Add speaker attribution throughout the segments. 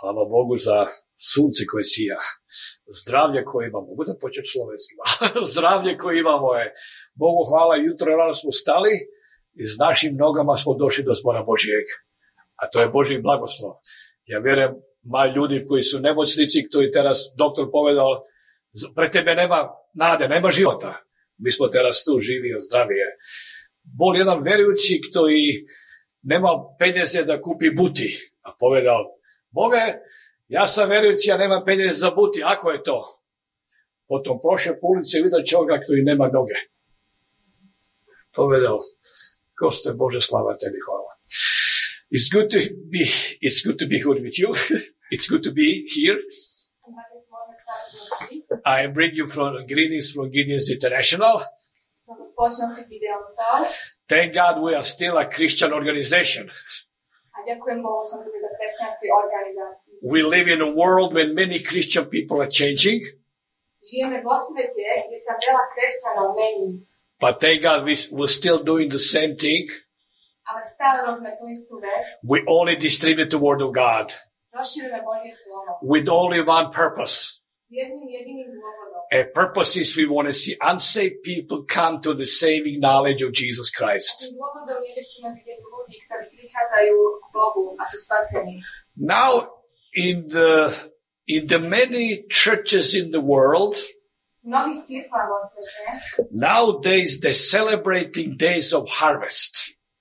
Speaker 1: Hvala Bogu za sunce koje sija, zdravlje koje imamo, budem počet slovenski, zdravlje koje imamo je, Bogu hvala, jutro rano smo stali i s našim nogama smo došli do zbora Božijeg. A to je Božji blagoslov. Ja vjerujem, ma ljudi koji su nemoćnici, koji teraz doktor povedal, pre tebe nema nade, nema života. Mi smo teraz tu živi zdravije. Bol jedan verujući koji nema 50 da kupi buti, a povedal, Boge, ja sam verujući, ja nema 50 za buti, ako je to? Potom prošle po ulici vidio čovjeka koji nema noge. Povedal, Koste Bože, slava tebi, hvala. It's good to be, it's good to be here with you. It's good to be here. I bring you from greetings from Gideon's International.
Speaker 2: Som spoločnosti Gideon Sol
Speaker 1: Thank God we are still a Christian organization.
Speaker 2: a ďakujem Bohu, som tu teda za kresťanskej organizácii.
Speaker 1: We live in a world when many Christian people are changing,
Speaker 2: Žijeme vo svete, kde sa veľa kresťanov mení,
Speaker 1: but thank God we, we're still doing the same thing.
Speaker 2: ale stále robíme tú istú vec,
Speaker 1: We only distribute the word of God
Speaker 2: rozširujeme Božie slovo
Speaker 1: with only one purpose.
Speaker 2: s jedným jediným dôvodom.
Speaker 1: A purpose is we want to see unsaved people come to the saving knowledge of Jesus Christ.
Speaker 2: Tým dôvodom je, že chceme vidieť ľudí, ktorí prichádzajú k Bohu a sú spasení.
Speaker 1: Now in the, in the many churches in the world,
Speaker 2: V mnohých cirkvách vo svete
Speaker 1: nowadays they're celebrating days of harvest.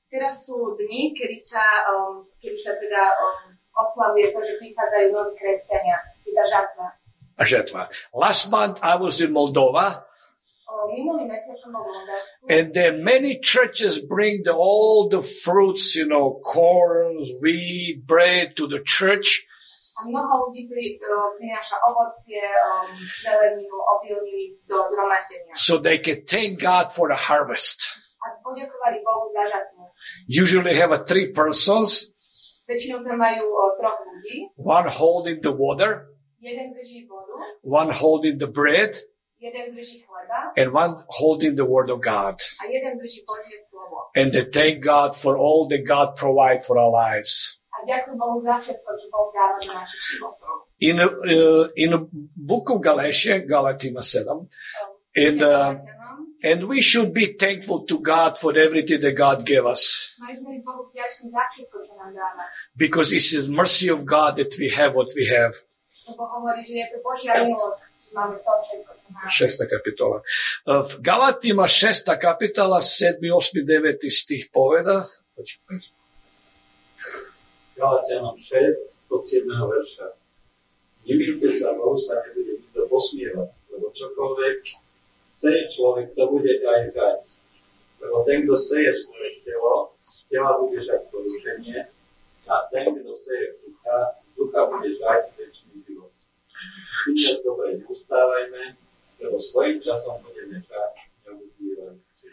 Speaker 2: teraz sú dni, kedy sa, um, kedy sa teda um, oslavuje to, že prichádzajú noví kresťania, teda žatva.
Speaker 1: Žetva. Last month I was in Moldova
Speaker 2: Um, minulý mesiac som bol v Moldavsku
Speaker 1: And then many churches bring the, all the fruits, you know, corn, wheat, bread to the church.
Speaker 2: A mnoho ľudí pri, uh, prináša ovocie, um, zeleninu, obilniny do zhromaždenia.
Speaker 1: So they can thank God for the harvest.
Speaker 2: A poďakovali Bohu za žatvu.
Speaker 1: Usually have a three persons,
Speaker 2: Väčšinou tam majú uh, troch ľudí.
Speaker 1: one holding the water,
Speaker 2: Jeden drží vodu,
Speaker 1: one holding the bread,
Speaker 2: jeden drží chleba
Speaker 1: and one holding the word of God.
Speaker 2: a jeden drží Božie slovo.
Speaker 1: And they thank God for all that God provides for our lives.
Speaker 2: A ďakujem Bohu za všetko, čo Boh dáva do našich životov.
Speaker 1: In a, uh, in a book of Galatia, Galatima 7,
Speaker 2: E,
Speaker 1: and, uh,
Speaker 2: no.
Speaker 1: and we should be thankful to God for everything that God gave us.
Speaker 2: Mali sme byť Bohu vďační za všetko, čo nám dáva.
Speaker 1: because it's His mercy of God that we have what we have.
Speaker 2: Lebo hovorí, že je to Božia milosť, že máme to všetko, čo máme.
Speaker 1: Šesta kapitola. E, V Galatima šesta kapitola, 7, 8, 9 stih poveda.
Speaker 3: Galatianom 6 od 7. verša. Nevíte sa, Boh sa nebude nikto posmievať, lebo čokoľvek seje človek, to bude aj žať. Lebo ten, kto seje svoje telo, z tela bude žať porušenie, a ten, kto seje ducha, z ducha bude žať večný život. Tým je dobre, neustávajme, lebo svojím časom budeme žať, neudívajúci.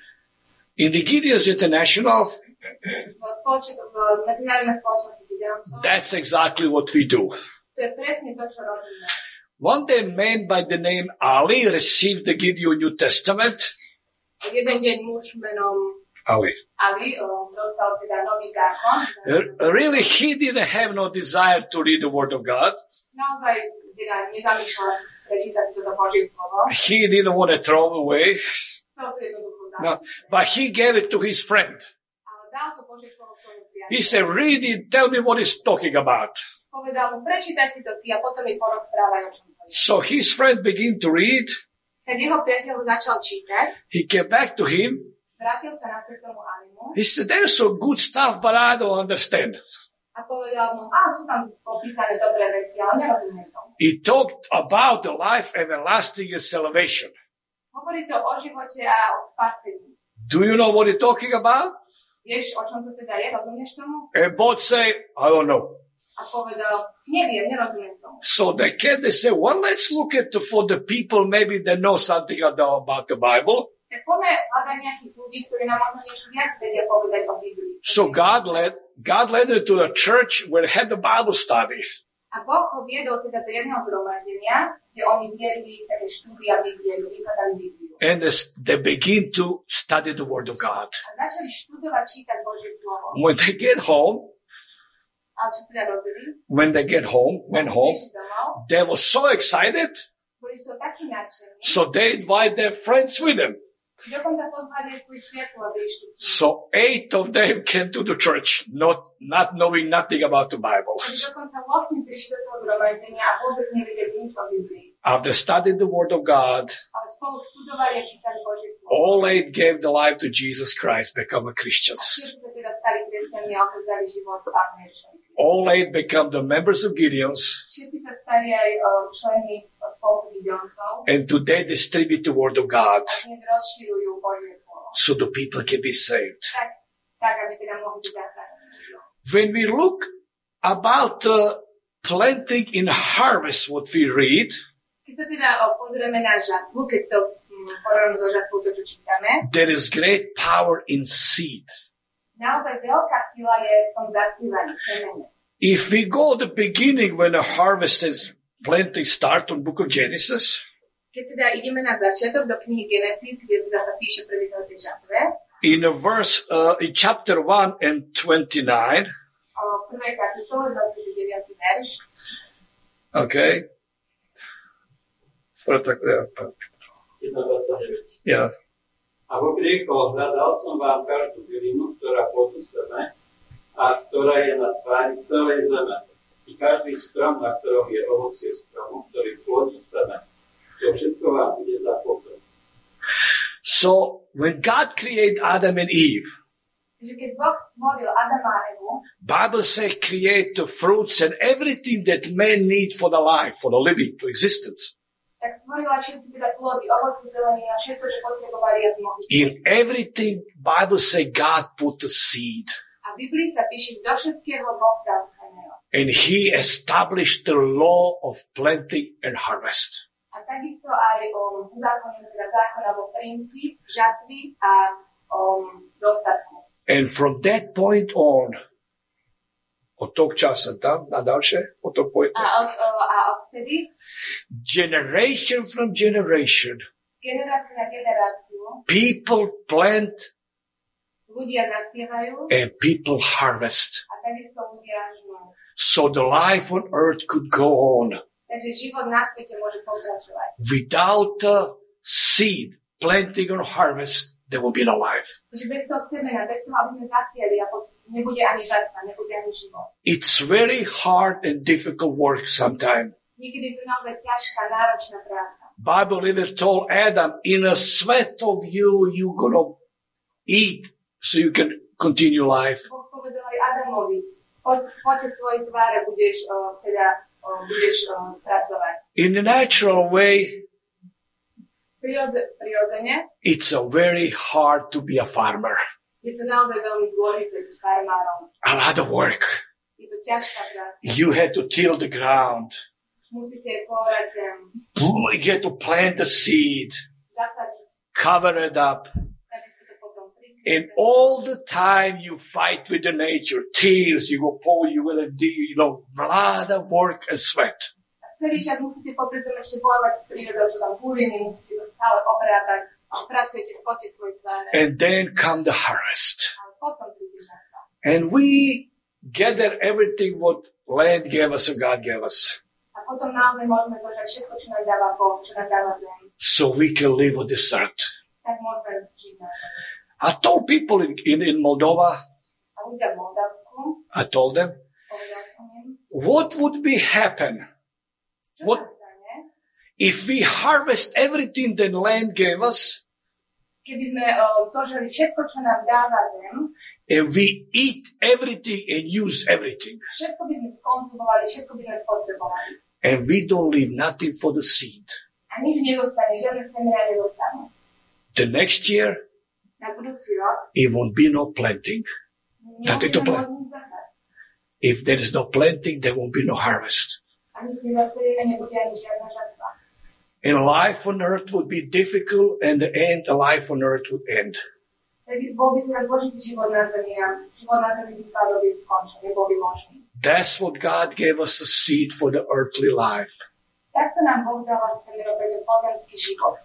Speaker 1: In the Gideon's International,
Speaker 2: V spoloč- v medzinárodnej spoločnosti Gideon Sol,
Speaker 1: that's exactly what we do.
Speaker 2: to je presne to, čo robíme.
Speaker 1: One day a man by the name Ali received the Gideon New Testament.
Speaker 2: Jeden deň muž menom
Speaker 1: Ali.
Speaker 2: Ali um, dostal teda nový zákon.
Speaker 1: Really, he didn't have no desire to read the Word of God.
Speaker 2: Naozaj teda nezamýšľal prečítať toto Božie slovo.
Speaker 1: He didn't want to throw away.
Speaker 2: Chcel to jednoducho dať.
Speaker 1: No, but he gave it to his friend.
Speaker 2: Ale dal to Božie slovo svojmu
Speaker 1: He
Speaker 2: priateľovi.
Speaker 1: said, read it, tell me what it's talking about.
Speaker 2: Povedal mu, prečítaj si to ty a potom mi porozprávaj, o čom to je.
Speaker 1: So his friend began to read.
Speaker 2: Keď jeho priateľ začal čítať,
Speaker 1: He came back to him.
Speaker 2: vrátil sa na tomu Alimu
Speaker 1: He said, there's some good stuff, but I don't understand.
Speaker 2: a povedal mu, a sú tam popísané dobré veci, ale nerozumiem tomu.
Speaker 1: He talked about the life everlasting and salvation.
Speaker 2: Hovorí to o živote a o spasení.
Speaker 1: Do you know what he's talking about?
Speaker 2: Vieš, o čom to teda je? Rozumieš tomu?
Speaker 1: And both say, I don't know.
Speaker 2: A povedal, neviem, nerozumiem tomu.
Speaker 1: So they came, they said, well, let's look at the, for the people, maybe they know something about the Bible.
Speaker 2: Tak poďme hľadať nejakých ľudí, ktorí nám možno niečo viac vedia povedať o Biblii.
Speaker 1: So God led, God led them to a church where they had the Bible studies.
Speaker 2: A Boh ho viedol teda do jedného zhromaždenia, kde oni viedli také štúdia Biblie, kde vykladali Bibliu.
Speaker 1: And they s- they begin to study the Word of God.
Speaker 2: A začali študovať, čítať Božie slovo.
Speaker 1: When they get home,
Speaker 2: A Ale čo teda robili?
Speaker 1: When they get home, went home,
Speaker 2: Prišli domov,
Speaker 1: they were so excited,
Speaker 2: boli sú takí nadšení,
Speaker 1: so they invite their friends with them.
Speaker 2: že dokonca pozvali aj svojich priateľov, aby išli s nimi.
Speaker 1: So eight of them came to the church, not, not knowing nothing about the Bible.
Speaker 2: Takže dokonca 8 prišli do toho zhromaždenia a vôbec nevedeli nič o Biblii.
Speaker 1: After studying the Word of God,
Speaker 2: Ale spolu študovali a čítali Božie slovo.
Speaker 1: all eight gave their life to Jesus Christ, become
Speaker 2: A
Speaker 1: Christians.
Speaker 2: tiež sa teda stali kresťanmi a odovzdali život Pánu Ježišovi.
Speaker 1: All eight become the members of Gideon's,
Speaker 2: Všetci sa stali aj um, členmi um, spolku videoncov.
Speaker 1: and today distribute the Word of God
Speaker 2: A dnes rozširujú Božie slovo.
Speaker 1: so the people can be saved.
Speaker 2: Tak, tak aby teda mohli byť zachránení.
Speaker 1: When we look about uh, planting in harvest, what we read,
Speaker 2: Keď sa teda o, pozrieme na žatvu, keď to um, porovnáme so žatvou, to čo čítame,
Speaker 1: there is great power in seed.
Speaker 2: naozaj veľká sila je v tom zasývaní semene.
Speaker 1: If we go the beginning when the harvest is planting start on book of Genesis,
Speaker 2: Keď teda ideme na začiatok do knihy Genesis, kde teda sa píše prvý o tej žatve,
Speaker 1: in a verse, uh, in chapter 1 and 29,
Speaker 2: o prvej kapitole 29. verš,
Speaker 1: okay? For the- uh,
Speaker 3: 1.29.
Speaker 1: Yeah.
Speaker 3: A Boh riekol, hľadal som vám každú bylinu, ktorá plodí seme a ktorá je na tvári celej zeme. I každý strom, na ktorom je ovocie stromu, ktorý plodí seme. To všetko vám bude za potom.
Speaker 1: So when God created Adam and Eve,
Speaker 2: že keď Boh stvoril Adama a Evu,
Speaker 1: Bible says create the fruits and everything that man needs for the life, for the living, to existence.
Speaker 2: tak stvorila všetky teda plody, ovoce, zeleniny a všetko, čo potrebovali, aby mohli.
Speaker 1: In everything, Bible says God put the seed
Speaker 2: A v Biblii sa píše, do všetkého Boh dal semeno.
Speaker 1: and he established the law of planting and harvest.
Speaker 2: A takisto aj o uzákonil teda zákon alebo princíp žatvy a o dostatku.
Speaker 1: And from that point on, od tog časa tam, na dalše, od tog point,
Speaker 2: A, od, o, a odvtedy
Speaker 1: generation from generation,
Speaker 2: z generácie na generáciu
Speaker 1: people plant
Speaker 2: ľudia nasievajú
Speaker 1: and people harvest.
Speaker 2: a takisto ľudia žnú.
Speaker 1: so the life on earth could go on
Speaker 2: Takže život na svete môže pokračovať.
Speaker 1: without uh, seed planting or harvest there will be no life
Speaker 2: Takže bez toho semena, bez toho, aby sme zasiali, a po- nebude ani žatva, nebude ani život.
Speaker 1: it's very hard and difficult work sometimes
Speaker 2: Niekedy je to naozaj ťažká, náročná práca.
Speaker 1: bible even told adam in a sweat of you you gonna eat so you can continue life
Speaker 2: Boh povedal aj Adamovi, poď, poďte svojej tváre, budeš o, teda o, budeš o, pracovať.
Speaker 1: in the natural way
Speaker 2: Prirodze, prirodzene
Speaker 1: it's a very hard to be a farmer
Speaker 2: je to naozaj veľmi zložité byť farmárom.
Speaker 1: a lot of work
Speaker 2: Je to ťažká práca.
Speaker 1: you had to till the ground
Speaker 2: Musíte poorať zem,
Speaker 1: you had to plant the seed
Speaker 2: zasadiť,
Speaker 1: cover it up
Speaker 2: tak by ste to potom prikryli.
Speaker 1: And all the time you fight with the nature, tears, you go pour, you will do, you know, a lot of work and sweat.
Speaker 2: A celý čas musíte popri tom ešte bojovať s prírodou, čo tam búriny, musíte to stále obrábať a pracujete v pote svojej tváre.
Speaker 1: And then come the harvest.
Speaker 2: Ale potom príde žatva.
Speaker 1: And we gather everything what land gave us and God gave us.
Speaker 2: A potom naozaj môžeme zožať všetko, čo nám dáva Boh, čo nám dáva zem.
Speaker 1: So we can live on this earth.
Speaker 2: Tak môžeme žiť na zemi.
Speaker 1: I told people in, in, in Moldova,
Speaker 2: a ľudia v Moldavsku,
Speaker 1: I told them,
Speaker 2: povedal som im,
Speaker 1: what would be happen
Speaker 2: čo
Speaker 1: What?
Speaker 2: sa stane,
Speaker 1: if we harvest everything that land gave us
Speaker 2: keby sme o, zožili všetko, čo nám dáva zem,
Speaker 1: and we eat everything and use everything?
Speaker 2: všetko by sme skonzumovali, všetko by sme spotrebovali.
Speaker 1: and we don't leave nothing for the seed.
Speaker 2: A nič nedostane, žiadne semená nedostane.
Speaker 1: The next year,
Speaker 2: Na budúci rok
Speaker 1: it won't be no planting. Na
Speaker 2: nebudeme
Speaker 1: tejto pla-
Speaker 2: môcť nič zasať.
Speaker 1: If there is no planting, there won't be no harvest.
Speaker 2: A nič nezasejeme, nebude ani žiadna žatva.
Speaker 1: And life on earth would be difficult and the end, the life on earth would end.
Speaker 2: Takže bol by teda zložitý život na zemi a život na zemi by spadol by skončil, nebol by možný.
Speaker 1: That's what God gave us the seed for the earthly life.
Speaker 2: Takto nám Boh dáva semeno pre ten pozemský život.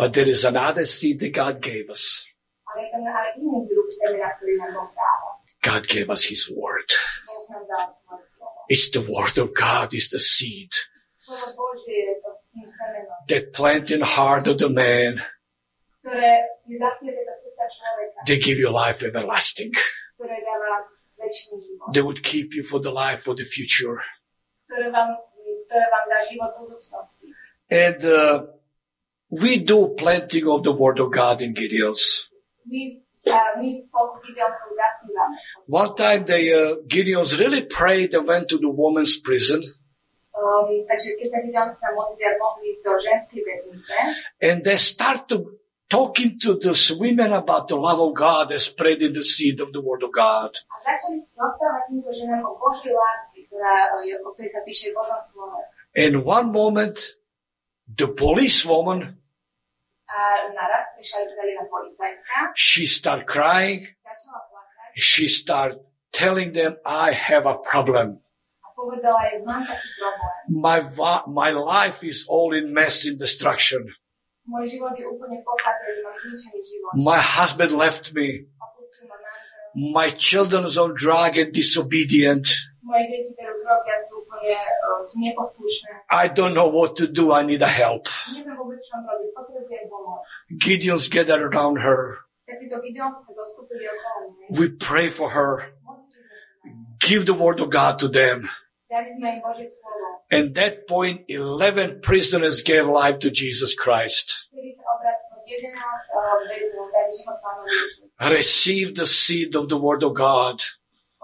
Speaker 1: But there is another seed that God gave us.
Speaker 2: Ale je tam aj iný druh semena, ktorý nám Boh dáva.
Speaker 1: God gave us His word.
Speaker 2: Boh nám dal svoje
Speaker 1: It's the word of God, it's the seed
Speaker 2: Slovo Božie je to s tým semenom,
Speaker 1: that plant in heart of the man.
Speaker 2: ktoré si zasieve do srdca človeka,
Speaker 1: They give you life everlasting.
Speaker 2: ktoré dáva väčší život,
Speaker 1: They would keep you for the life, for the future.
Speaker 2: ktoré vám, ktoré vám dá život v budúcnosti.
Speaker 1: And uh, we do planting of the word of God in Gideon's.
Speaker 2: My, a my spolu Gideoncov zasívame.
Speaker 1: One time they, uh, Gideon's really prayed and went to the woman's prison
Speaker 2: Um, takže keď sa Gideonca modlia, mohli ísť do ženskej väznice
Speaker 1: and they start to talking to those women about the love of God and spreading the seed of the word of God.
Speaker 2: a začali rozprávať týmto ženám o Božej láske, ktorá, e, o ktorej sa píše v Božom slove.
Speaker 1: And one moment, the policewoman,
Speaker 2: A naraz prišla teda jedna policajtka,
Speaker 1: she start crying.
Speaker 2: začala plakať
Speaker 1: She start telling them, I have a problem.
Speaker 2: a povedala jej, mám taký problém.
Speaker 1: My, va- my life is all in mess in destruction.
Speaker 2: Môj život je úplne pokazený, mám zničený život.
Speaker 1: My husband left me.
Speaker 2: Opustil ma manžel,
Speaker 1: My children's on drug and disobedient.
Speaker 2: moje deti berú drogy a sú úplne uh, sú neposlušné.
Speaker 1: I don't know what to do. I need a help.
Speaker 2: Neviem vôbec, čo mám robiť, potrebujem pomoc.
Speaker 1: Gideon's gathered around her.
Speaker 2: Tak si to videom sa zostúpili okolo mňa.
Speaker 1: We pray for her.
Speaker 2: Modlili sme sa.
Speaker 1: Give the word of God to them.
Speaker 2: Dali sme im Božie slovo.
Speaker 1: And that point, 11 prisoners gave life to Jesus Christ.
Speaker 2: Vtedy sa obratilo 11 uh, väzňov, dali život pánovi Ježišovi.
Speaker 1: Receive the seed of the word of God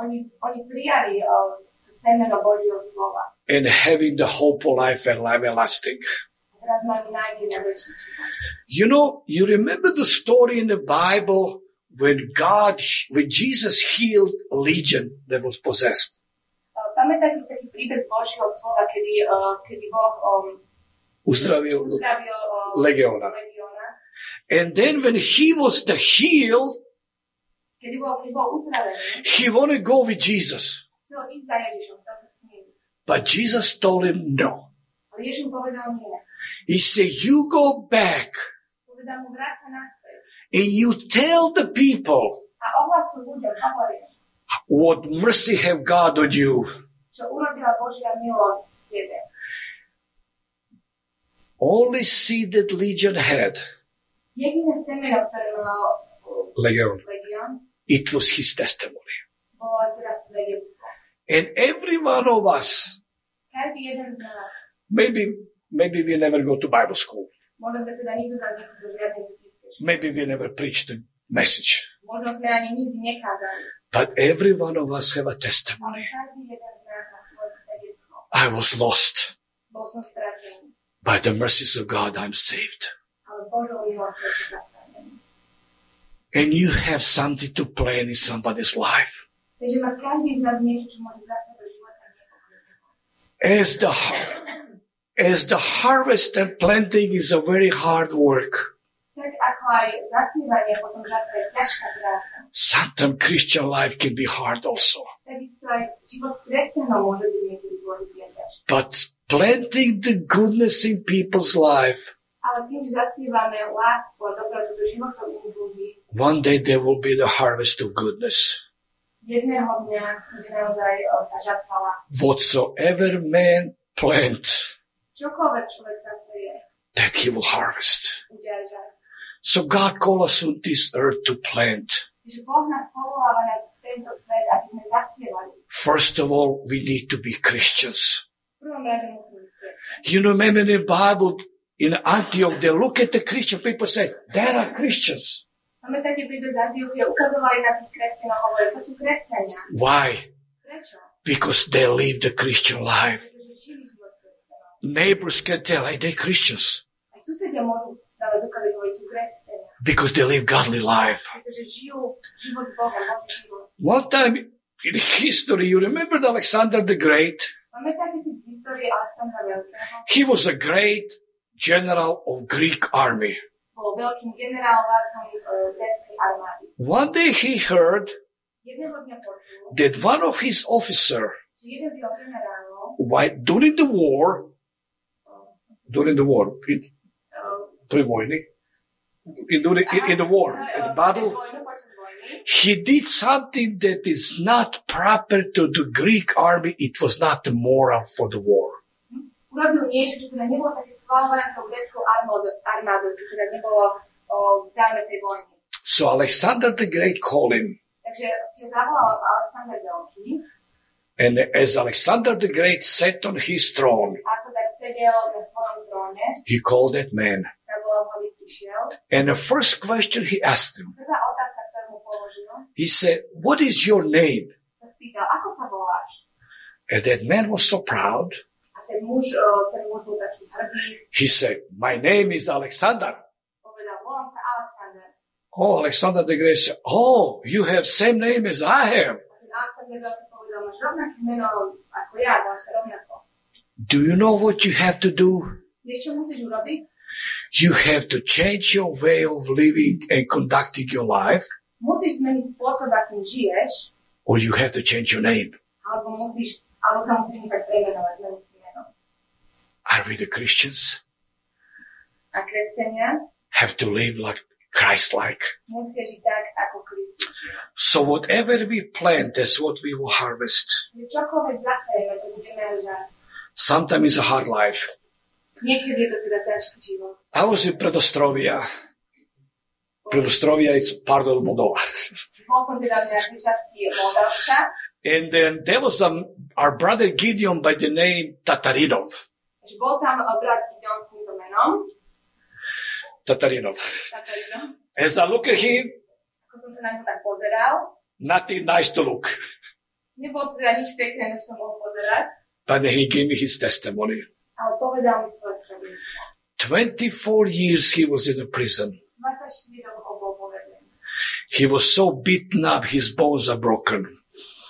Speaker 2: Oni, oni prijali uh, to semeno Božieho slova.
Speaker 1: and having the hope of life and life everlasting.
Speaker 2: A teraz majú nádej na väčší život.
Speaker 1: You know, you remember the story in the Bible when God, when Jesus healed a legion that was possessed.
Speaker 2: Uh, Pamätáte sa taký príbeh Božieho slova, kedy, uh, kedy Boh um,
Speaker 1: Uzdravil.
Speaker 2: uzdravil uh,
Speaker 1: Legióna.
Speaker 2: legióna.
Speaker 1: And then when he was the healed,
Speaker 2: Kedy bol, keď bol uzdravený,
Speaker 1: he wanted to go with Jesus.
Speaker 2: chcel ísť za Ježišom, chcel ísť s ním.
Speaker 1: But Jesus told him no.
Speaker 2: Ale Ježiš mu povedal nie.
Speaker 1: He said, you go back
Speaker 2: Povedal mu, vráť sa naspäť.
Speaker 1: and you tell the people
Speaker 2: A ohlasuj ľuďom, hovorí,
Speaker 1: what mercy have God on you.
Speaker 2: čo urobila Božia milosť v tebe.
Speaker 1: Only seed that legion had,
Speaker 2: Jediné semeno, ktoré mal uh,
Speaker 1: Legion,
Speaker 2: legión,
Speaker 1: it was his testimony.
Speaker 2: bolo teda svedectvo.
Speaker 1: And every one of us,
Speaker 2: Každý jeden z nás,
Speaker 1: maybe, maybe we never go to Bible school.
Speaker 2: možno sme teda nikto tam nechodil žiadne biblické školy.
Speaker 1: Maybe we never preach the message.
Speaker 2: Možno sme ani nikdy nekázali.
Speaker 1: But every one of us have a testimony.
Speaker 2: Ale každý jeden z nás má svoje svedectvo.
Speaker 1: I was lost.
Speaker 2: Bol som stratený,
Speaker 1: By the mercies of God, I'm saved.
Speaker 2: ale Božou milosťou som zastavený.
Speaker 1: And you have something to plan in somebody's life.
Speaker 2: Takže má každý z nás niečo, čo môže zase do života niekoho.
Speaker 1: As the, har- as the harvest and planting is a very hard work.
Speaker 2: Tak ako aj zasievanie, potom žatva je ťažká práca.
Speaker 1: Sometimes Christian life can be hard also.
Speaker 2: Takisto aj život kresťanov môže byť niekedy dôležitý a ťažký.
Speaker 1: But planting the goodness in people's life
Speaker 2: Ale tým, že zasievame lásku a dobrotu do životov iných ľudí,
Speaker 1: One day there will be the harvest of goodness.
Speaker 2: jedného dňa bude naozaj o, tá žatva lásky.
Speaker 1: Whatsoever man plant,
Speaker 2: Čokoľvek človek zaseje,
Speaker 1: that he will harvest.
Speaker 2: bude aj žatva.
Speaker 1: So God calls us on this earth to plant.
Speaker 2: Takže Boh nás povoláva na tento svet, aby sme zasievali.
Speaker 1: First of all, we need to be Christians.
Speaker 2: V prvom rade musíme byť kresťania.
Speaker 1: You remember in the Bible, in Antioch, they look at the Christian people say, there are Christians.
Speaker 2: Máme taký príbeh z Antiochie, ukazovali na tých kresťanov, hovorili, to sú kresťania.
Speaker 1: Why?
Speaker 2: Prečo?
Speaker 1: Because they live the Christian life.
Speaker 2: Pretože žili život kresťanov.
Speaker 1: Neighbors can tell, hey, they're Christians.
Speaker 2: Aj susedia môžu dávať doklady, hovoriť, sú kresťania.
Speaker 1: Because they live godly life.
Speaker 2: Pretože žijú život s Bohom, Boží život.
Speaker 1: One time in history, you remember Alexander the Great?
Speaker 2: Pamätáte si z histórie Alexandra Veľkého?
Speaker 1: He was a great general of Greek army.
Speaker 2: Bol veľkým generálvácom e, gréckej armády.
Speaker 1: One day he heard
Speaker 2: Jedného dňa počul,
Speaker 1: that one of his officer,
Speaker 2: že jeden z jeho generálov
Speaker 1: while during the war, during the war, in,
Speaker 2: e,
Speaker 1: pre vojny, in, during, in, in the war, in the battle,
Speaker 2: Vojnu, um, počas vojny,
Speaker 1: he did something that is not proper to the Greek army. It was not the moral for the war.
Speaker 2: Urobil niečo, čo teda nebolo také schválené tou greckou armádou- armádou, čo teda nebolo o, v záujme tej vojny.
Speaker 1: So Alexander the Great called him.
Speaker 2: Takže si ho zavolal Alexander Veľký
Speaker 1: And as Alexander the Great sat on his throne,
Speaker 2: a ako tak sedel na svojom tróne,
Speaker 1: he called that man.
Speaker 2: zavolal ho, aby prišiel.
Speaker 1: And the first question he asked him,
Speaker 2: Prvá otázka, ktorú mu položil,
Speaker 1: he said, what is your name?
Speaker 2: sa spýtal, ako sa voláš?
Speaker 1: And that man was so proud.
Speaker 2: A ten muž, o, ten muž bol taký hrdý,
Speaker 1: He said, my name is Alexander.
Speaker 2: povedal, volám sa Alexander.
Speaker 1: Oh, Alexander the Great said, oh, you have same name as I have.
Speaker 2: A ten Alexander Veľký povedal, máš rovnaké meno ako ja, máš sa rovnako.
Speaker 1: Do you know what you have to do?
Speaker 2: Vieš, čo musíš urobiť?
Speaker 1: You have to change your way of living and conducting your life,
Speaker 2: Musíš zmeniť spôsob, akým žiješ,
Speaker 1: or you have to change your name.
Speaker 2: alebo musíš, alebo sa musíš tak premenovať, zmeniť si meno.
Speaker 1: Are we the Christians?
Speaker 2: A kresťania
Speaker 1: Have to live like Christ-like.
Speaker 2: musia žiť tak, ako Kristus žil.
Speaker 1: So whatever we plant, that's what we will harvest.
Speaker 2: Že čokoľvek zasejeme, to budeme ležať.
Speaker 1: Sometimes it's a hard life.
Speaker 2: Niekedy je to teda ťažký život.
Speaker 1: I was in Predostrovia. Predostrovia, it's part of Moldova.
Speaker 2: Bol som teda v nejakej časti Moldavska,
Speaker 1: And then there was um, our brother Gideon by the name Tatarinov.
Speaker 2: že bol tam eh, brat Gideon s týmto menom,
Speaker 1: Tatarinov.
Speaker 2: tak jedno.
Speaker 1: As I look at him,
Speaker 2: Ako som sa na ňu tak pozeral,
Speaker 1: nothing nice to look.
Speaker 2: nebolo to teda nič pekné, než som mohol pozerať,
Speaker 1: But then he gave me his testimony.
Speaker 2: ale povedal mi svoje svedectvo.
Speaker 1: 24 years he was in the prison.
Speaker 2: 24 rokov bol povedený.
Speaker 1: He was so beaten up, his bones are broken.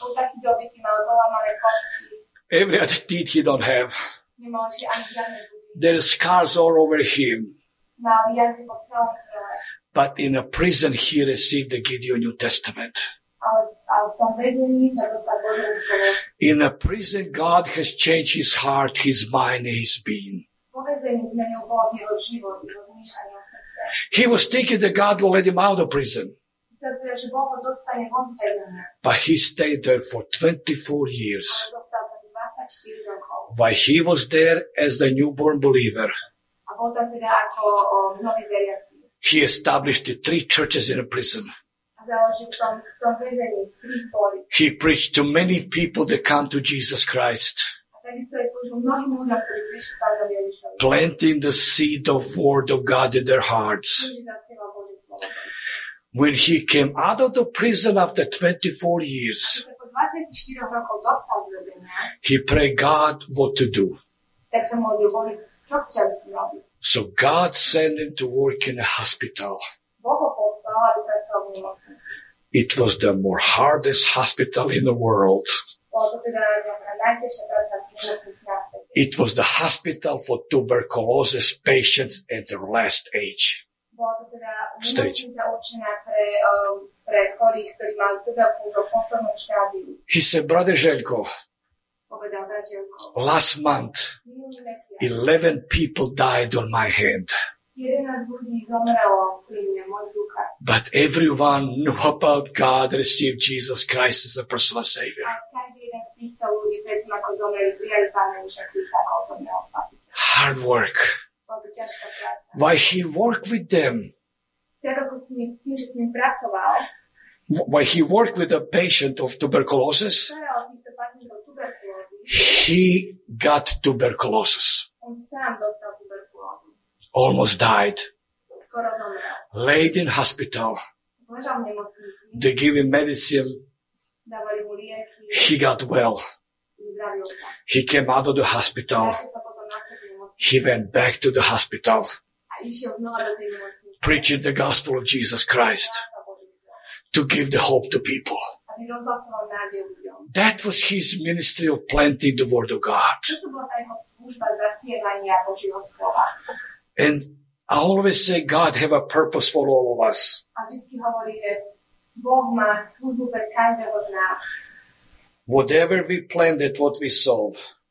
Speaker 2: Bol taký dobitý, mal dolamané kosti,
Speaker 1: Every other teeth he don't have.
Speaker 2: nemal ešte ani žiadne zuby,
Speaker 1: There are scars all over him.
Speaker 2: mal jazdy po celom tele,
Speaker 1: But in a prison, he received the Gideon New Testament.
Speaker 2: ale, ale v tom väzení sa dostal do rúčov.
Speaker 1: In a prison, God has changed his heart, his mind, and his being.
Speaker 2: Po väzení zmenil Boh jeho život, jeho zmýšľanie o srdce.
Speaker 1: He was thinking that God will let him out of prison,
Speaker 2: Vysvetľuje, že Boh ho dostane von z väzenia,
Speaker 1: but he stayed there for 24
Speaker 2: ale
Speaker 1: years.
Speaker 2: dostal tam 24 rokov.
Speaker 1: While he was there as the newborn believer,
Speaker 2: A bol tam teda ako o, nový veriaci.
Speaker 1: he established the three churches in a prison.
Speaker 2: A založil v tom, v tom väzení tri spory.
Speaker 1: He preached to many people that come to Jesus Christ,
Speaker 2: A takisto je slúžil mnohým ľuďom, ktorí prišli pánovi Ježišovi.
Speaker 1: planting the seed of word of God in their hearts.
Speaker 2: Ježiš zasieval Božie slovo.
Speaker 1: When he came out of the prison after 24 years,
Speaker 2: Keď sa po 24 rokov dostal z väzenia,
Speaker 1: he prayed God what to do.
Speaker 2: tak sa modlil Bože, čo chcel by som robiť?
Speaker 1: So God sent him to work in a hospital.
Speaker 2: Boh ho poslal, aby pracoval v nemocnici.
Speaker 1: It was the more hardest hospital in the world.
Speaker 2: Bola to teda nejaká najťažšia práca v nemocnici na svete.
Speaker 1: It was the hospital for tuberculosis patients at their last age.
Speaker 2: Bola to teda
Speaker 1: Stage.
Speaker 2: nemocnica určená pre, um, pre chorých, ktorí mali tuberkulózu v poslednom štádiu.
Speaker 1: He said, Brother Zelko,
Speaker 2: Povedal Radželko.
Speaker 1: last month,
Speaker 2: Minulý mesiac
Speaker 1: 11 people died on my hand,
Speaker 2: 11 ľudí zomrelo pri mne, môj duka.
Speaker 1: but everyone knew about God, received Jesus Christ as a personal
Speaker 2: A
Speaker 1: savior.
Speaker 2: každý jeden z týchto ľudí predtým, ako zomreli, prijali Pána Ježiša Krista ako osobného spasiteľa.
Speaker 1: Hard work.
Speaker 2: Bola to ťažká práca.
Speaker 1: Why he worked with them,
Speaker 2: Teda ako s ním, tým, že s ním pracoval,
Speaker 1: why he worked with a patient of tuberculosis,
Speaker 2: staral týchto pacientov tuberkulózy,
Speaker 1: he got tuberculosis,
Speaker 2: on sám dostal tuberkulózu.
Speaker 1: almost died,
Speaker 2: Skoro zomrel.
Speaker 1: laid in hospital.
Speaker 2: Ležal v nemocnici,
Speaker 1: They give him medicine.
Speaker 2: dávali mu lieky,
Speaker 1: He got well.
Speaker 2: uzdravil sa.
Speaker 1: He came out of the hospital.
Speaker 2: Vrátil sa potom naspäť do nemocnice
Speaker 1: He went back to the hospital,
Speaker 2: a išiel znova do tej nemocnice.
Speaker 1: preaching the gospel of Jesus Christ
Speaker 2: Hlásal Božie slovo,
Speaker 1: to give the hope to people.
Speaker 2: Aby rozhlasoval nádej ľuďom.
Speaker 1: That was his ministry of planting the word of God.
Speaker 2: Toto bola tá jeho služba zasievania Božieho slova.
Speaker 1: And I always say God have a purpose for all of us.
Speaker 2: A vždy hovorí, že Boh má službu pre každého z nás.
Speaker 1: Whatever we plant, that what we sow.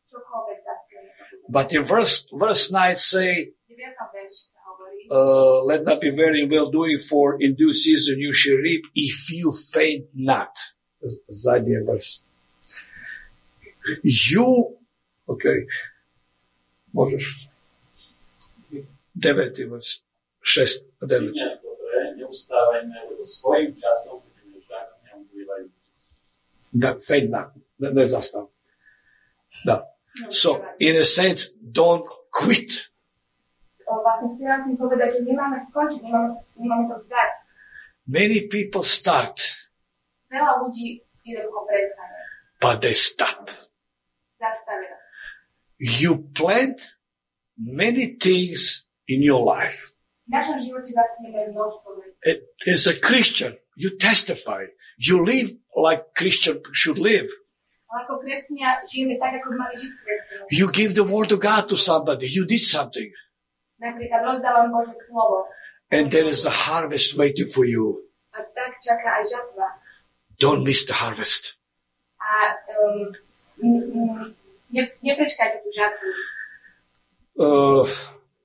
Speaker 2: Čokoľvek zasieme. to bude.
Speaker 1: But in verse, verse 9 say,
Speaker 2: V 9. verši sa hovorí,
Speaker 1: uh, let not be very well doing, for in due season you shall reap if you faint not. Zadnji verse. You, okay, možeš. Deveti verse. Šest, devet.
Speaker 3: Činja dobre, neustávajme, lebo svojim časom budeme žahnňam bývajú.
Speaker 1: Da, faint not. Ne, ne zastav. Da. So, in a sense, don't quit.
Speaker 2: O, vlastne chcem vám tým povedať, že nemáme skončiť, nemáme, nemáme to vzdať.
Speaker 1: Many people start,
Speaker 2: Veľa ľudí jednoducho prestane.
Speaker 1: but they stop.
Speaker 2: Zastavia.
Speaker 1: You plant many things in your life.
Speaker 2: V našom živote zasneme množstvo vecí.
Speaker 1: It- As a Christian, you testify. You live like Christian should live.
Speaker 2: Ale ako kresťania žijeme tak, ako by mali žiť kresťania.
Speaker 1: You give the word of God to somebody. You did something.
Speaker 2: Napríklad rozdávam Božie slovo.
Speaker 1: And there is a harvest waiting for you.
Speaker 2: A tak čaká aj žatva.
Speaker 1: Don't miss the harvest.
Speaker 2: A um, m- m- ne, neprečkáte tú žatvu.
Speaker 1: Uh,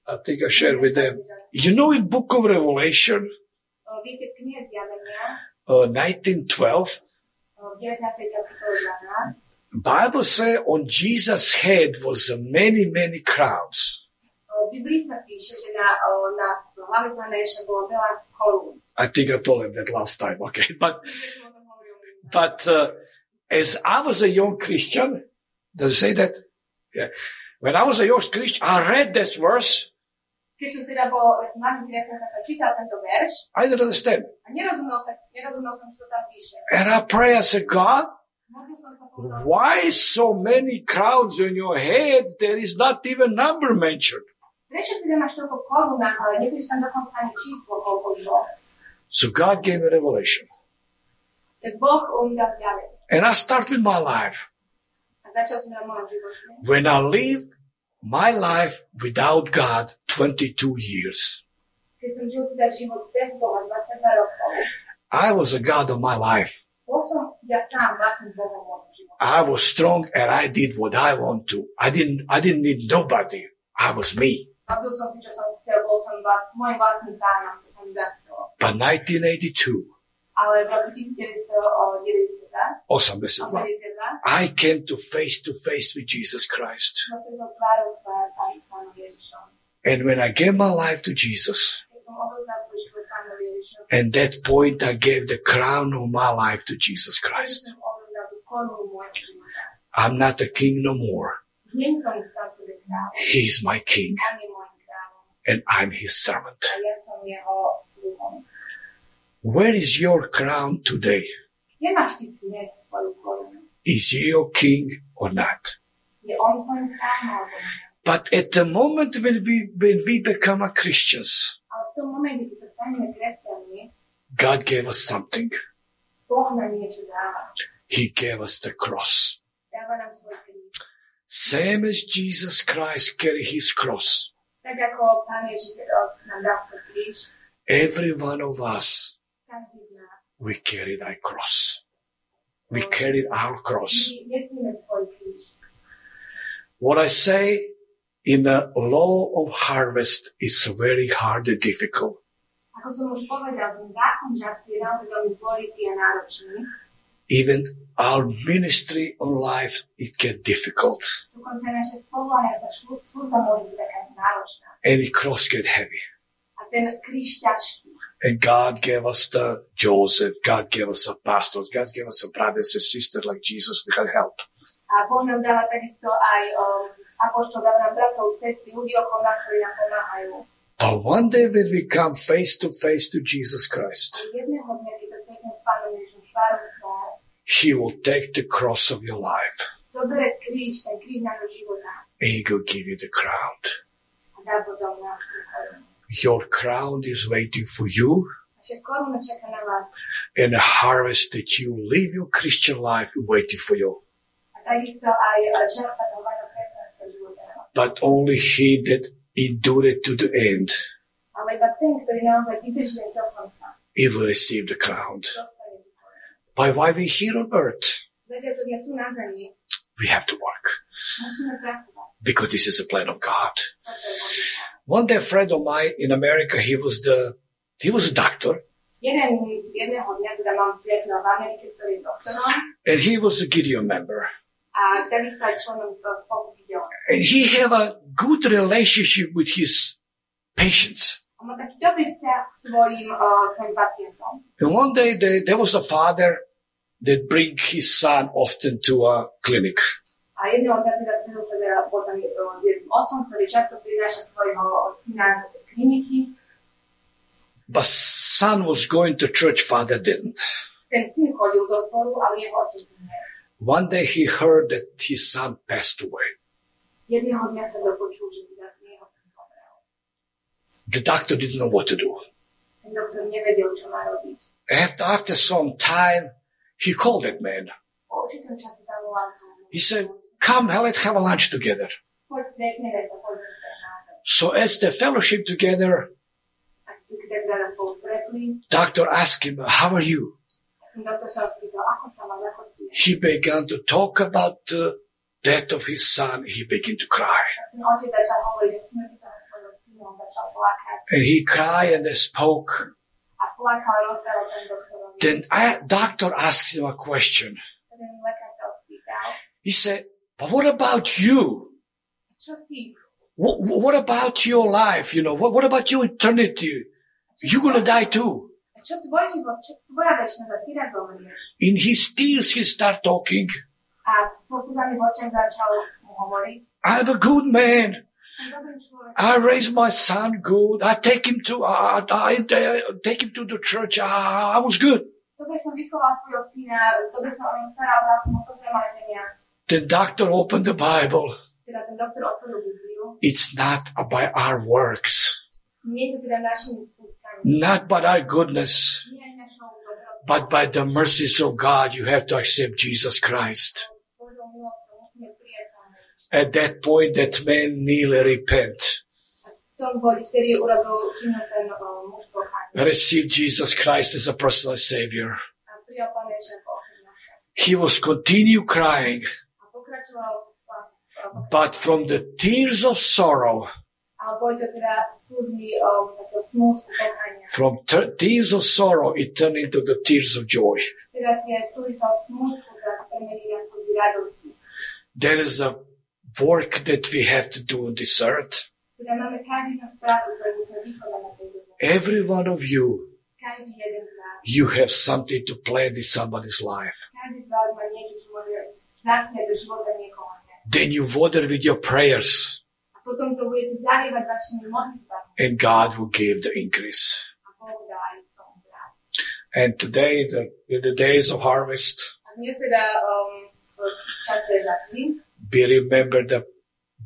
Speaker 1: I think I shared with them. You know, in book of Revelation,
Speaker 2: O, Um, Viete, v knihe zjavenia,
Speaker 1: uh, 1912,
Speaker 2: o, v 19. um, kapitole 12,
Speaker 1: Bible say on Jesus' head was many, many crowns.
Speaker 2: o, v Biblii sa píše, že na, o, na hlave pána Ježiša bolo veľa korún.
Speaker 1: I think I told him that last time. Okay. But,
Speaker 2: Viete, čo o tom hovoril minulý raz?
Speaker 1: but, uh, as I was a young Christian, does it say that? Yeah. When I was a young Christian, I read this verse.
Speaker 2: Keď som teda bol taký malý kresťan, tak som čítal tento verš
Speaker 1: I didn't understand.
Speaker 2: a nerozumel, sa, nerozumel som, čo tam píše.
Speaker 1: And I pray, I said, God,
Speaker 2: Modlil som sa povedal,
Speaker 1: why so many crowns on your head? There is not even number mentioned.
Speaker 2: prečo teda máš toľko korún, ale nepíš tam dokonca ani číslo, koľko ich bolo.
Speaker 1: So God gave me revelation.
Speaker 2: Tak Boh o mňa zjavil.
Speaker 1: And I start with my life.
Speaker 2: A začal som na mojom živote.
Speaker 1: When I live my life without God 22 years,
Speaker 2: keď som žil teda život bez Boha 22 rokov,
Speaker 1: I was a God of my life.
Speaker 2: bol som ja sám vlastným Bohom môjho života.
Speaker 1: I was strong and I did what I want to. I didn't, I didn't need nobody. I was me.
Speaker 2: Robil som si, čo som chcel, bol som vás, môj vlastným pánom, čo som ja chcel.
Speaker 1: But 1982,
Speaker 2: Ale v roku 1990,
Speaker 1: 81,
Speaker 2: 82,
Speaker 1: I came to face to face with Jesus Christ.
Speaker 2: som sa tvárou tvár pánu s pánom Ježišom.
Speaker 1: And when I gave my life to Jesus,
Speaker 2: Keď som odovzdal svoj život pánu Ježišovi,
Speaker 1: and that point I gave the crown of my life to Jesus
Speaker 2: keď
Speaker 1: Christ.
Speaker 2: som odovzdal tú korunu môjho života.
Speaker 1: I'm not a king no more.
Speaker 2: Nie som sám sebe kráľ,
Speaker 1: He's my king
Speaker 2: on je môj kráľom
Speaker 1: and I'm his servant.
Speaker 2: a ja som jeho sluhom.
Speaker 1: Where is your crown today?
Speaker 2: Kde máš ty dnes svoju korunu?
Speaker 1: Is he your king or not?
Speaker 2: Je on tvojim kráľom alebo nie?
Speaker 1: But at the moment when we, when we become a Christians,
Speaker 2: Ale v tom momente, keď sa staneme kresťanmi,
Speaker 1: God gave us something.
Speaker 2: Boh nám niečo dáva.
Speaker 1: He gave us the cross.
Speaker 2: Dáva nám svoj kríž.
Speaker 1: Same as Jesus Christ carried his cross.
Speaker 2: Tak ako Pán Ježiš eh, nám dal svoj kríž,
Speaker 1: Every one of us,
Speaker 2: každý z nás.
Speaker 1: we carry thy cross. We carried our cross.
Speaker 2: My nesieme svoj kríž.
Speaker 1: What I say in the law of harvest is very hard and difficult.
Speaker 2: Ako som už povedal, ten zákon žarty je naozaj veľmi dôležitý a náročný.
Speaker 1: Even our ministry on life, it get difficult
Speaker 2: Dokonca aj naše spoluhania za šlu- služba môže byť taká náročná.
Speaker 1: and the cross get heavy.
Speaker 2: A ten kríž ťažký.
Speaker 1: And God gave us the Joseph. God gave us the pastors. God gave us a brothers and sisters like Jesus that can help.
Speaker 2: A Boh nám dáva takisto aj um, apoštol dáva nám bratov, sestry, ľudí okolo nás, ktorí nám pomáhajú.
Speaker 1: But one day when we come face to face to Jesus
Speaker 2: A
Speaker 1: Christ,
Speaker 2: jedného dňa, keď sa stretnem s Pánom Ježišom tvárou v tvár,
Speaker 1: He will take the cross of your life
Speaker 2: zoberie kríž, ten kríž nášho života
Speaker 1: and He will give you the crown.
Speaker 2: a dá potom nám svoju korunu.
Speaker 1: Your crown is waiting for you
Speaker 2: Naša koruna čaká na vás
Speaker 1: and a harvest that you live your Christian life waiting for you.
Speaker 2: a takisto aj eh, žatva toho vášho kresťanského života.
Speaker 1: But only He that endured to the end,
Speaker 2: Ale iba ten, ktorý naozaj vydrží až do konca,
Speaker 1: He will receive the crown.
Speaker 2: dostane tú korunu.
Speaker 1: By why we here on earth,
Speaker 2: Zatiaľ, čo sme tu na zemi,
Speaker 1: we have to work
Speaker 2: musíme pracovať.
Speaker 1: because this is a plan of God.
Speaker 2: Toto je Boží plán.
Speaker 1: One day, a friend of mine in America, he was the, he was a doctor
Speaker 2: Jeden, jedného dňa teda mám priateľa v Amerike, ktorý je doktorom
Speaker 1: and he was a Gideon member.
Speaker 2: a takisto aj členom e, spolku videl.
Speaker 1: And he have a good relationship with his patients.
Speaker 2: On má taký dobrý vzťah k svojim, e, svojim pacientom.
Speaker 1: And one day they, there was a father that bring his son often to a clinic.
Speaker 2: A jedného dňa teda synu sa teda potom e, s jedným otcom, ktorý často prináša svojho syna do tej kliniky.
Speaker 1: But son was going to church, father didn't.
Speaker 2: Ten syn chodil do zboru, ale jeho otec nie.
Speaker 1: One day he heard that his son passed away.
Speaker 2: Jedného dňa sa dopočul, že teda jeho syn zomrel.
Speaker 1: The doctor didn't know what to do.
Speaker 2: Ten doktor nevedel, čo má robiť.
Speaker 1: After, after some time, he called that man.
Speaker 2: Po určitom čase zavolal tomu.
Speaker 1: He said, come, let's have a lunch together.
Speaker 2: Poď stretneme sa, poď sa stretneme.
Speaker 1: So as they fellowship together,
Speaker 2: Ak ste teda teda spolu stretli,
Speaker 1: doctor asked him, how are you?
Speaker 2: Ten doktor sa ho spýtal, ako sa mám, ako ti je.
Speaker 1: He began to talk about the death of his son. He began to cry.
Speaker 2: Ten otec začal hovoriť o smrti toho svojho syna, on začal plakať.
Speaker 1: And he cried and they spoke.
Speaker 2: A plakal, rozprával ten doktorovi.
Speaker 1: Then a doctor asked him a question.
Speaker 2: Ten lekár sa ho spýtal,
Speaker 1: He said, but what about you?
Speaker 2: čo ty?
Speaker 1: What, what about your life? You know, what, what about your eternity? You're going to die too.
Speaker 2: A čo tvoj život, čo tvoja väčšina, ty raz zomrieš?
Speaker 1: In his tears, he started talking.
Speaker 2: A s slzami v očiach začal mu hovoriť,
Speaker 1: I'm a good man.
Speaker 2: som dobrý človek,
Speaker 1: I raised my son good. I take him to, I, I, I take him to the church. I, I was good.
Speaker 2: dobre som vychoval svojho syna, dobre som o ňom no staral, dal som mu dobré majmenia.
Speaker 1: The doctor opened the Bible.
Speaker 2: Teda ten doktor otvoril Bibliu,
Speaker 1: It's not by our works,
Speaker 2: nie je to teda našimi skutkami,
Speaker 1: not by our goodness,
Speaker 2: nie je našou dobrou.
Speaker 1: but by the mercies of God. You have to accept Jesus Christ.
Speaker 2: Božou milosťou musíme prijať Pána Ježiša.
Speaker 1: At that point, that man kneeled, repent,
Speaker 2: A v tom boli, ktorý urobil činnosť ten o, muž pokánie.
Speaker 1: receive Jesus Christ as a personal savior.
Speaker 2: A prijal Pána Ježiša ako osobnosť.
Speaker 1: He was continue crying,
Speaker 2: A pokračoval pán, a pokračoval.
Speaker 1: but from the tears of sorrow,
Speaker 2: A boli to teda slzy o, takého smutku pokánia.
Speaker 1: from ter- tears of sorrow, it turned into the tears of joy.
Speaker 2: Teda tie slzy toho smutku sa premenili na slzy radosti.
Speaker 1: There is a work that we have to do on this earth.
Speaker 2: Teda máme každý na správu, ktorú sme vykonali na tejto zemi.
Speaker 1: Every one of you
Speaker 2: Každý jeden z nás.
Speaker 1: you have something to plant in somebody's life.
Speaker 2: Každý z vás má niečo, čo môže zasniať do života niekoho. iného.
Speaker 1: Then you water with your prayers
Speaker 2: A potom to budete zalievať vašimi modlitbami.
Speaker 1: and God will give the increase.
Speaker 2: A Boh dá aj v tom zraz.
Speaker 1: And today, the, in the days of harvest,
Speaker 2: A dnes teda um, v čase žatby
Speaker 1: be remember the,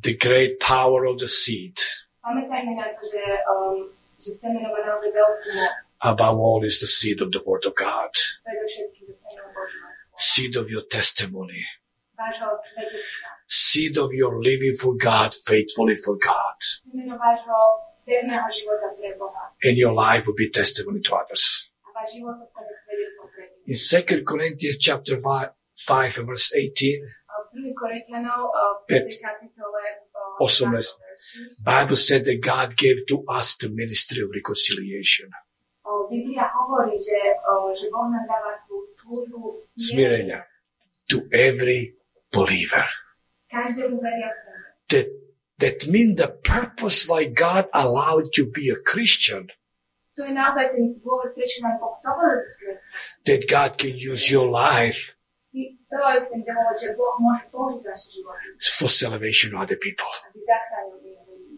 Speaker 1: the great power of the seed.
Speaker 2: pamätajme na to, že, um, že semeno má naozaj veľkú moc.
Speaker 1: Above all is the seed of the word of God,
Speaker 2: Predovšetkým to semeno Božieho slova.
Speaker 1: seed of your testimony,
Speaker 2: Vášho svedectva.
Speaker 1: seed of your living for God, faithfully for God.
Speaker 2: Semeno vášho verného života pre Boha.
Speaker 1: And your life will be testimony to others.
Speaker 2: A váš život sa stane svedectvom pre nich.
Speaker 1: In 2 Corinthians chapter 5, 5 verse 18,
Speaker 2: A v 2. Korintianov uh, v 5. kapitole uh,
Speaker 1: Osemnásť.
Speaker 2: 12. verši,
Speaker 1: Bible said that God gave to us the ministry of reconciliation,
Speaker 2: uh, Biblia hovorí, že, uh, že Boh nám dáva tú službu
Speaker 1: smyrenia, to every believer.
Speaker 2: každému veriacemu.
Speaker 1: That, that means the purpose why God allowed you to be a Christian,
Speaker 2: To je naozaj ten dôvod, prečo nám Boh dovolil byť kresťanom.
Speaker 1: that God can use your life
Speaker 2: To je ten dôvod, že Boh môže použiť naše životy,
Speaker 1: for salvation of other people.
Speaker 2: aby zachránil iných ľudí.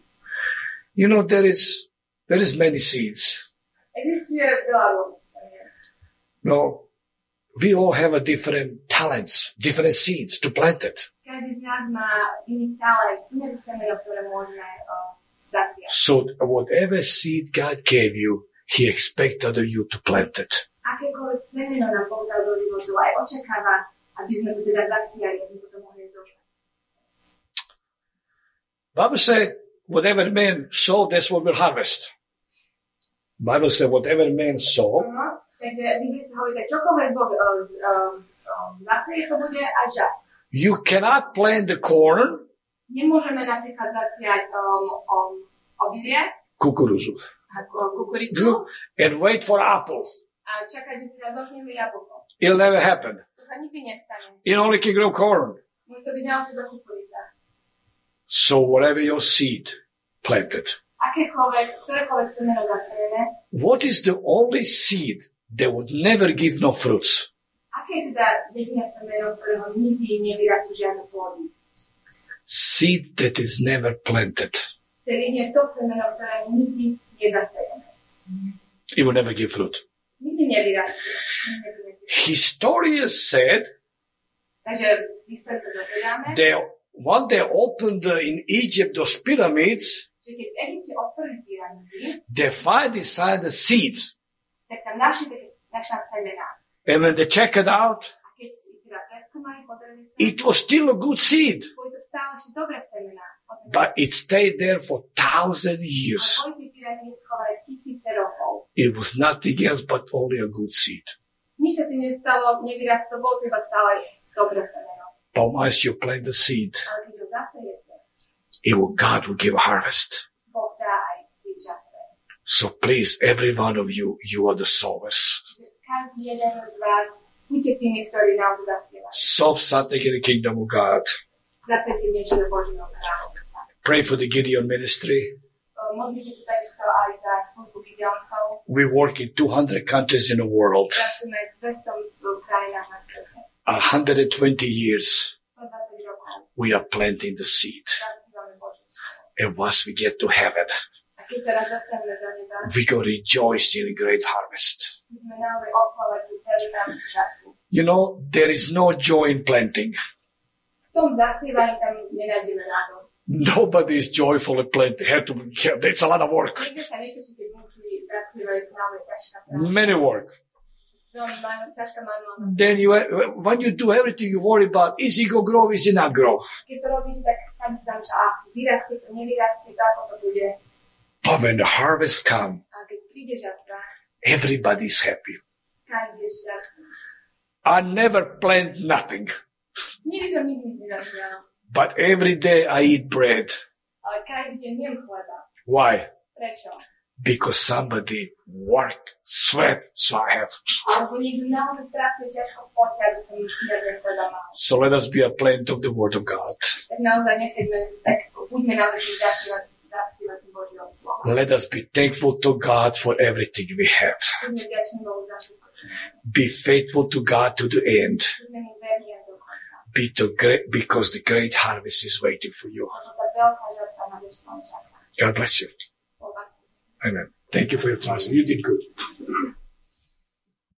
Speaker 1: You know, there is, there is many seeds.
Speaker 2: Existuje veľa rôznych semien.
Speaker 1: No, we all have a different talents, different seeds to plant it.
Speaker 2: Každý z nás má iný talent, iné semeno, ktoré môžeme uh, zasiať.
Speaker 1: So whatever seed God gave you, He expected you to plant it.
Speaker 2: Akékoľvek semeno nám Boh dal do životu aj očakáva, aby sme to teda zasiali, aby sme to mohli zožať.
Speaker 1: Bible said, whatever man sow, that's what will harvest. Bible said, whatever man sow,
Speaker 2: No? Takže Biblia sa hovorí, že čokoľvek Boh uh, z- um, um, zaseje, to bude aj žať.
Speaker 1: you cannot plant the corn
Speaker 2: eh, Nemôžeme napríklad zasiať um, um, obilie
Speaker 1: kukuruzu.
Speaker 2: a ku-
Speaker 1: No.
Speaker 2: kukuricu
Speaker 1: And wait for apple.
Speaker 2: a čakať, že teda zohneme jablko.
Speaker 1: It'll never happen.
Speaker 2: To sa nikdy nestane.
Speaker 1: It only can grow corn.
Speaker 2: Môže to byť naozaj do kukurica.
Speaker 1: So whatever your seed planted.
Speaker 2: Akékoľvek, ktorékoľvek semeno zasejené,
Speaker 1: What is the only seed that would never give no fruits?
Speaker 2: aké je teda jediné semeno, z ktorého nikdy nevyrastú žiadne plody?
Speaker 1: Seed that is never planted.
Speaker 2: To je jedine to semeno, ktoré nikdy nezasejeme.
Speaker 1: It will never give fruit.
Speaker 2: Nikdy nevyrastie. nikdy neprinesie.
Speaker 1: Historians said
Speaker 2: Takže výsledok sa dozvedáme,
Speaker 1: they, when they opened uh, in Egypt those pyramids,
Speaker 2: že keď v Egypte otvorili pyramidy,
Speaker 1: they find inside the seeds.
Speaker 2: tak tam našli také našla semená.
Speaker 1: And when they check it out,
Speaker 2: A keď si ich teda preskúmali, podreli sa,
Speaker 1: it was still a good seed,
Speaker 2: boli to stále ešte dobré semená. Potom-
Speaker 1: but it stayed there for thousand
Speaker 2: A
Speaker 1: years.
Speaker 2: boli tie pyramidy schované tisíce rokov.
Speaker 1: It was nothing else but only a good seed.
Speaker 2: Nič sa tým nestalo, nevyrastlo, bolo to iba stále dobré semeno.
Speaker 1: But once you plant the seed,
Speaker 2: Ale keď ho zasejete,
Speaker 1: it will, God will give a harvest.
Speaker 2: Boh dá aj výčatve.
Speaker 1: So please, every one of you, you are the sowers.
Speaker 2: Každý jeden z vás buďte tými, ktorí nám zasielajú.
Speaker 1: Sow something in the kingdom of God.
Speaker 2: Zasejte niečo do Božieho kráľovstva.
Speaker 1: Pray for the Gideon ministry.
Speaker 2: Eh, E, Modlite sa takisto aj za službu Gideoncov.
Speaker 1: We work in 200 countries in the world,
Speaker 2: Pracujeme v 200 krajinách na svete.
Speaker 1: 120 years.
Speaker 2: 120 rokov
Speaker 1: We are planting the seed.
Speaker 2: zasívame Božie slovo.
Speaker 1: And once we get to heaven,
Speaker 2: A keď sa raz dostaneme do neba,
Speaker 1: we go rejoice in a great harvest.
Speaker 2: budeme naozaj oslavať tú veľkú šatku.
Speaker 1: You know, there is no joy in planting.
Speaker 2: V tom zasievaní tam nenájdeme radosť.
Speaker 1: Nobody is joyful in planting. Have to, yeah, that's a lot of work.
Speaker 2: Niekto sa neteší, keď musí zasievať, je to naozaj ťažká práca.
Speaker 1: Many work.
Speaker 2: Veľmi ma- ťažká manuálna
Speaker 1: then you when you do everything you worry about is it gonna grow is it not grow
Speaker 2: keď to robím, tak tam sa že ach, vyrastie to, nevyrastie to, ako to bude.
Speaker 1: but when the harvest come
Speaker 2: A keď príde žatra,
Speaker 1: everybody's happy
Speaker 2: každý je šťastný.
Speaker 1: i never plant nothing
Speaker 2: Nie som nikdy nezasial,
Speaker 1: but every day i eat bread
Speaker 2: ale každý deň jem chleba.
Speaker 1: why
Speaker 2: Prečo?
Speaker 1: because somebody work sweat so i have
Speaker 2: Alebo niekto naozaj pracuje ťažko v pote, aby som žiadne chleba mal.
Speaker 1: so let us be a plant of the word of god
Speaker 2: Tak naozaj nechajme, tak buďme naozaj tým zasielať, zasielať Božieho slova.
Speaker 1: let us be thankful to god for everything we have
Speaker 2: Buďme ďační Bohu za všetko, čo máme.
Speaker 1: be faithful to god to the end
Speaker 2: Buďme mu verní až do konca.
Speaker 1: be to great because the great harvest is waiting for you
Speaker 2: Lebo tá veľká žatra na väčšom čaká.
Speaker 1: god bless you
Speaker 2: Po vás.
Speaker 1: amen thank you for your trust you did good